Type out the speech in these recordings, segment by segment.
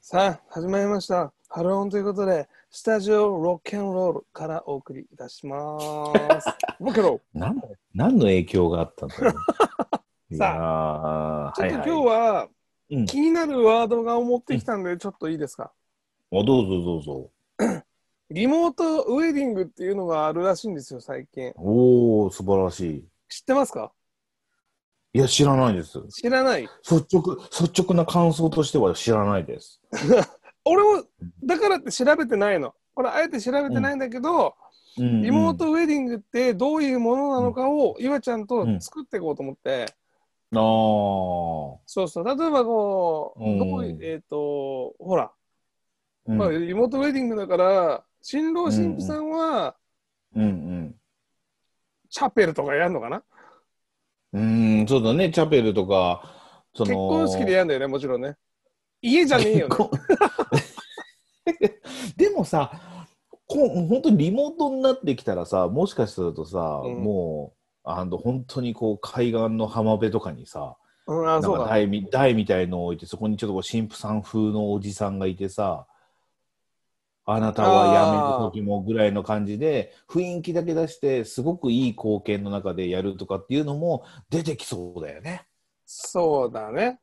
さあ、始まりました。ハローンということで、スタジオロックンロールからお送りいたし ます。ロッケロール。何の何の影響があったんだろ うさちょっと今日いは、いうん気になるワードが思ってきたんで、ちょっといいですか。おどうぞどうぞ。リモートウェディングっていうのがあるらしいんですよ、最近。おお素晴らしい。知ってますかいや、知らないです。知らない。率直、率直な感想としては知らないです。俺も、だからって調べてないの。これ、あえて調べてないんだけど、うんリモートウェディングってどういうものなのかを、ゆわちゃんとうん作っていこうと思って。あそうそう。例えばこう、うんどこにえっ、と、ほら、あ。うんまあ、リモートウェディングだから、新郎新婦さんは、うんチャペルとかやるのかな、うん。うん、そうだね。チャペルとか、その結婚式でやるんだよね、もちろんね。家じゃねえよ ね結。婚 でもさこ本当にリモートになってきたらさもしかするとさ、うんもうあの本当にこう海岸の浜辺とかにさうん、なあ、んそうかだ。台み台みたいのを置いてそこにちょっとこう神父さん風のおじさんがいてさあなたはやめる時もぐらいの感じで雰囲気だけ出してすごくいい光景の中でやるとかっていうのも出てきそうだよね。そうだね。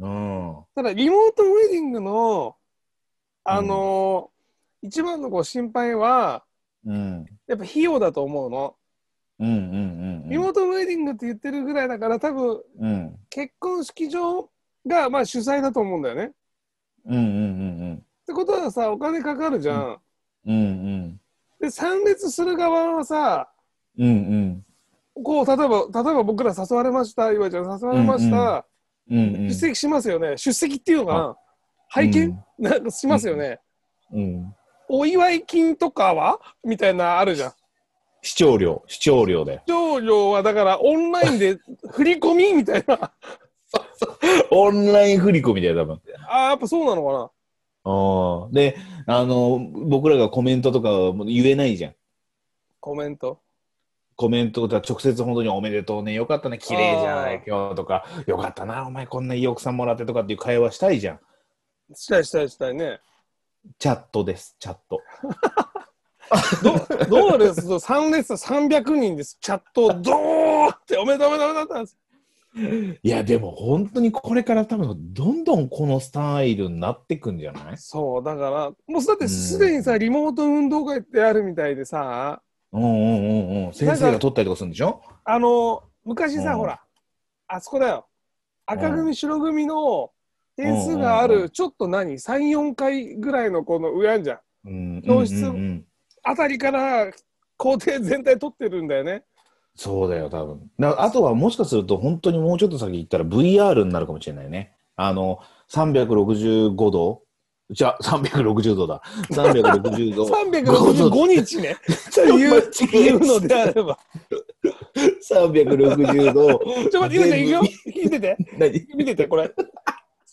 うん、ただ、リモートウェディングの、あのー一番のこう心配は、うん、やっぱ費用だと思うの。うん、うん、うんリモートウェディングって言ってるぐらいだから、多分、うん、結婚式場が、まあ、主催だと思うんだよね。っうんうんうんてことはさ、お金かかるじゃんうんうんで参列する側はさうんうんこう例えば例えば僕ら誘われました岩井ちゃん誘われました、うんうん出席しますよね出席っていうのかな拝見、なんかしますよね、うんお祝い金とかはみたいなあるじゃん視聴料視聴料で上場はだからオンラインで振り込みみたいな オンライン振り込みだよ多分あーやっぱそうなのかなあーであの僕らがコメントとかはもう言えないじゃんコメントコメントとか直接本当に「おめでとうねよかったね綺麗じゃない今日」とか「よかったなお前こんないい奥さんもらって」とかっていう会話したいじゃんしたいしたいしたいねチャットですチャットどどうです3列300人ですチャットをドーっておめでとうおめでとうおめでとうなんですいやでも本当にこれから多分どんどんこのスタイルになってくんじゃないそうだからもうだってすでにさ、リモート運動会ってあるみたいでさうんうんうんうん先生が取ったりとかするんでしょあの昔さ、うんほらあそこだよ赤う組白組の点数があうんうんうるちょっと何34回ぐらいのこの上あんじゃんうん教室うんうんうんあたりから校庭全体取ってるんだよねそうだよ多分なあとはもしかすると本当にもうちょっと先行ったら VR になるかもしれないねあの365度じゃあ360度だ360度 365日 ねといういうのであれば360度ちょっと待ってゆうちゃんいくよ聞いてて何見ててこれ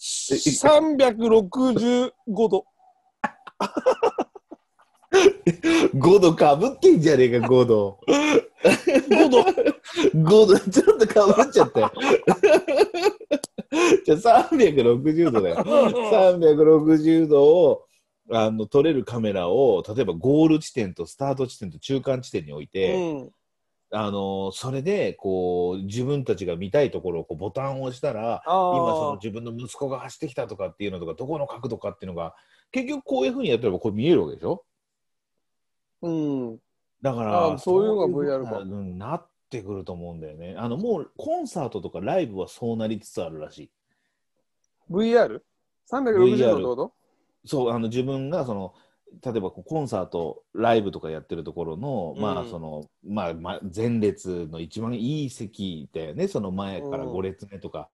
365度 5度かぶってんじゃねえか5度5度5度ちょっとかぶっちゃったよじゃあ360度だよ360度をあの撮れるカメラを例えばゴール地点とスタート地点と中間地点に置いて、うんあのそれでこう自分たちが見たいところをこうボタンを押したらあー今その自分の息子が走ってきたとかっていうのとかどこの角度かっていうのが結局こういうふうにやってればこれ見えるわけでしょうん、だかあーらそういうのがそういうふ VR かうになってくると思うんだよねあのもうコンサートとかライブはそうなりつつあるらしい VR?360 度ってことそうあの自分がその例えばこうコンサートライブとかやってるところの、うんまあそのまあ、まあ、前列の一番いい席だよねその前からうん5列目とか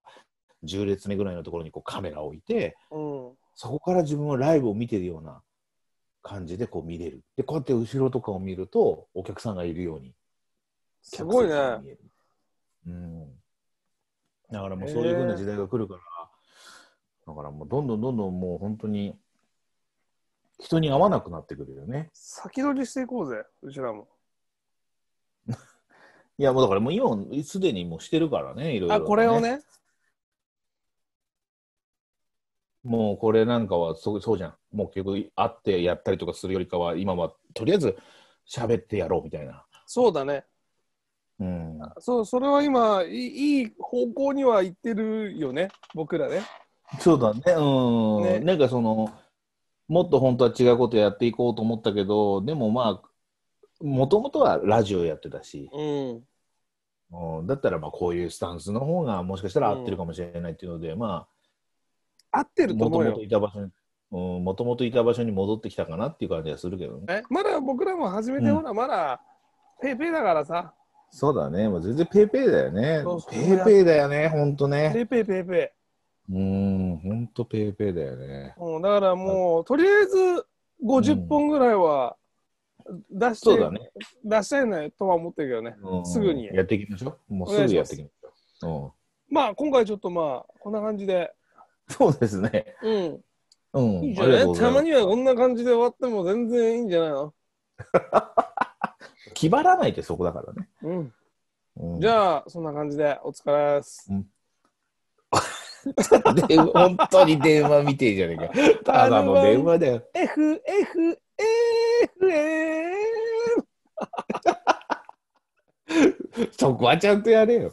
10列目ぐらいのところにこうカメラを置いてうん、そこから自分はライブを見てるような感じでこう見れるでこうやって後ろとかを見るとお客さんがいるようにすごいね。客席が見えるうん、だからもうそういうふうな時代が来るから、だからもうどんどんどんどんもう本当に人に合わなくなってくるよね。先取りしていこうぜ、うちらも。いやもうだからもう今すでにもうしてるからねいろいろ、あ、これを。ね。もうこれなんかはそうそうじゃん。もう結局会ってやったりとかするよりかは、今はとりあえず喋ってやろうみたいな。そうだね。うん。そう、それは今、いいい方向には行ってるよね、僕らね。そうだね。うん。ねなんかその、もっと本当は違うことやっていこうと思ったけど、でもまあ、もともとはラジオやってたし、うん。うん、だったらまあこういうスタンスの方がもしかしたら合ってるかもしれないっていうので、ま合ってあ、ると思もとうもよと。いた場所に、うん、もともといた場所に戻ってきたかなっていう感じはするけどね。えまだ僕らも始めて、うんほら、まだ、ペイペイだからさ。そうだね。もう全然ペーペーだよねそう。そうペーペーだよね、ほんとねペ。イペイペイペうん、ほんとペーペーだよねイ。。うん、だからもう、とりあえず50本ぐらいは出して、そうだね。出したいなとは思ってるけどね。うんすぐにやっていきましょう。もうお願すいしまぐやっすていきましょまあ、今回ちょっとまあ、こんな感じで。う。うん、そうですね。うん。うん。いいんじゃないありがとうござたいまますにはこんな感じで終わっても全然いいんじゃないの気張らないってそこだからね。うん。うんじゃあ、そんな感じでお疲れです。で本当に電話見てえじゃねえか。ただの電話だよ。 F, F, F, F. そこはちゃんとやれよ。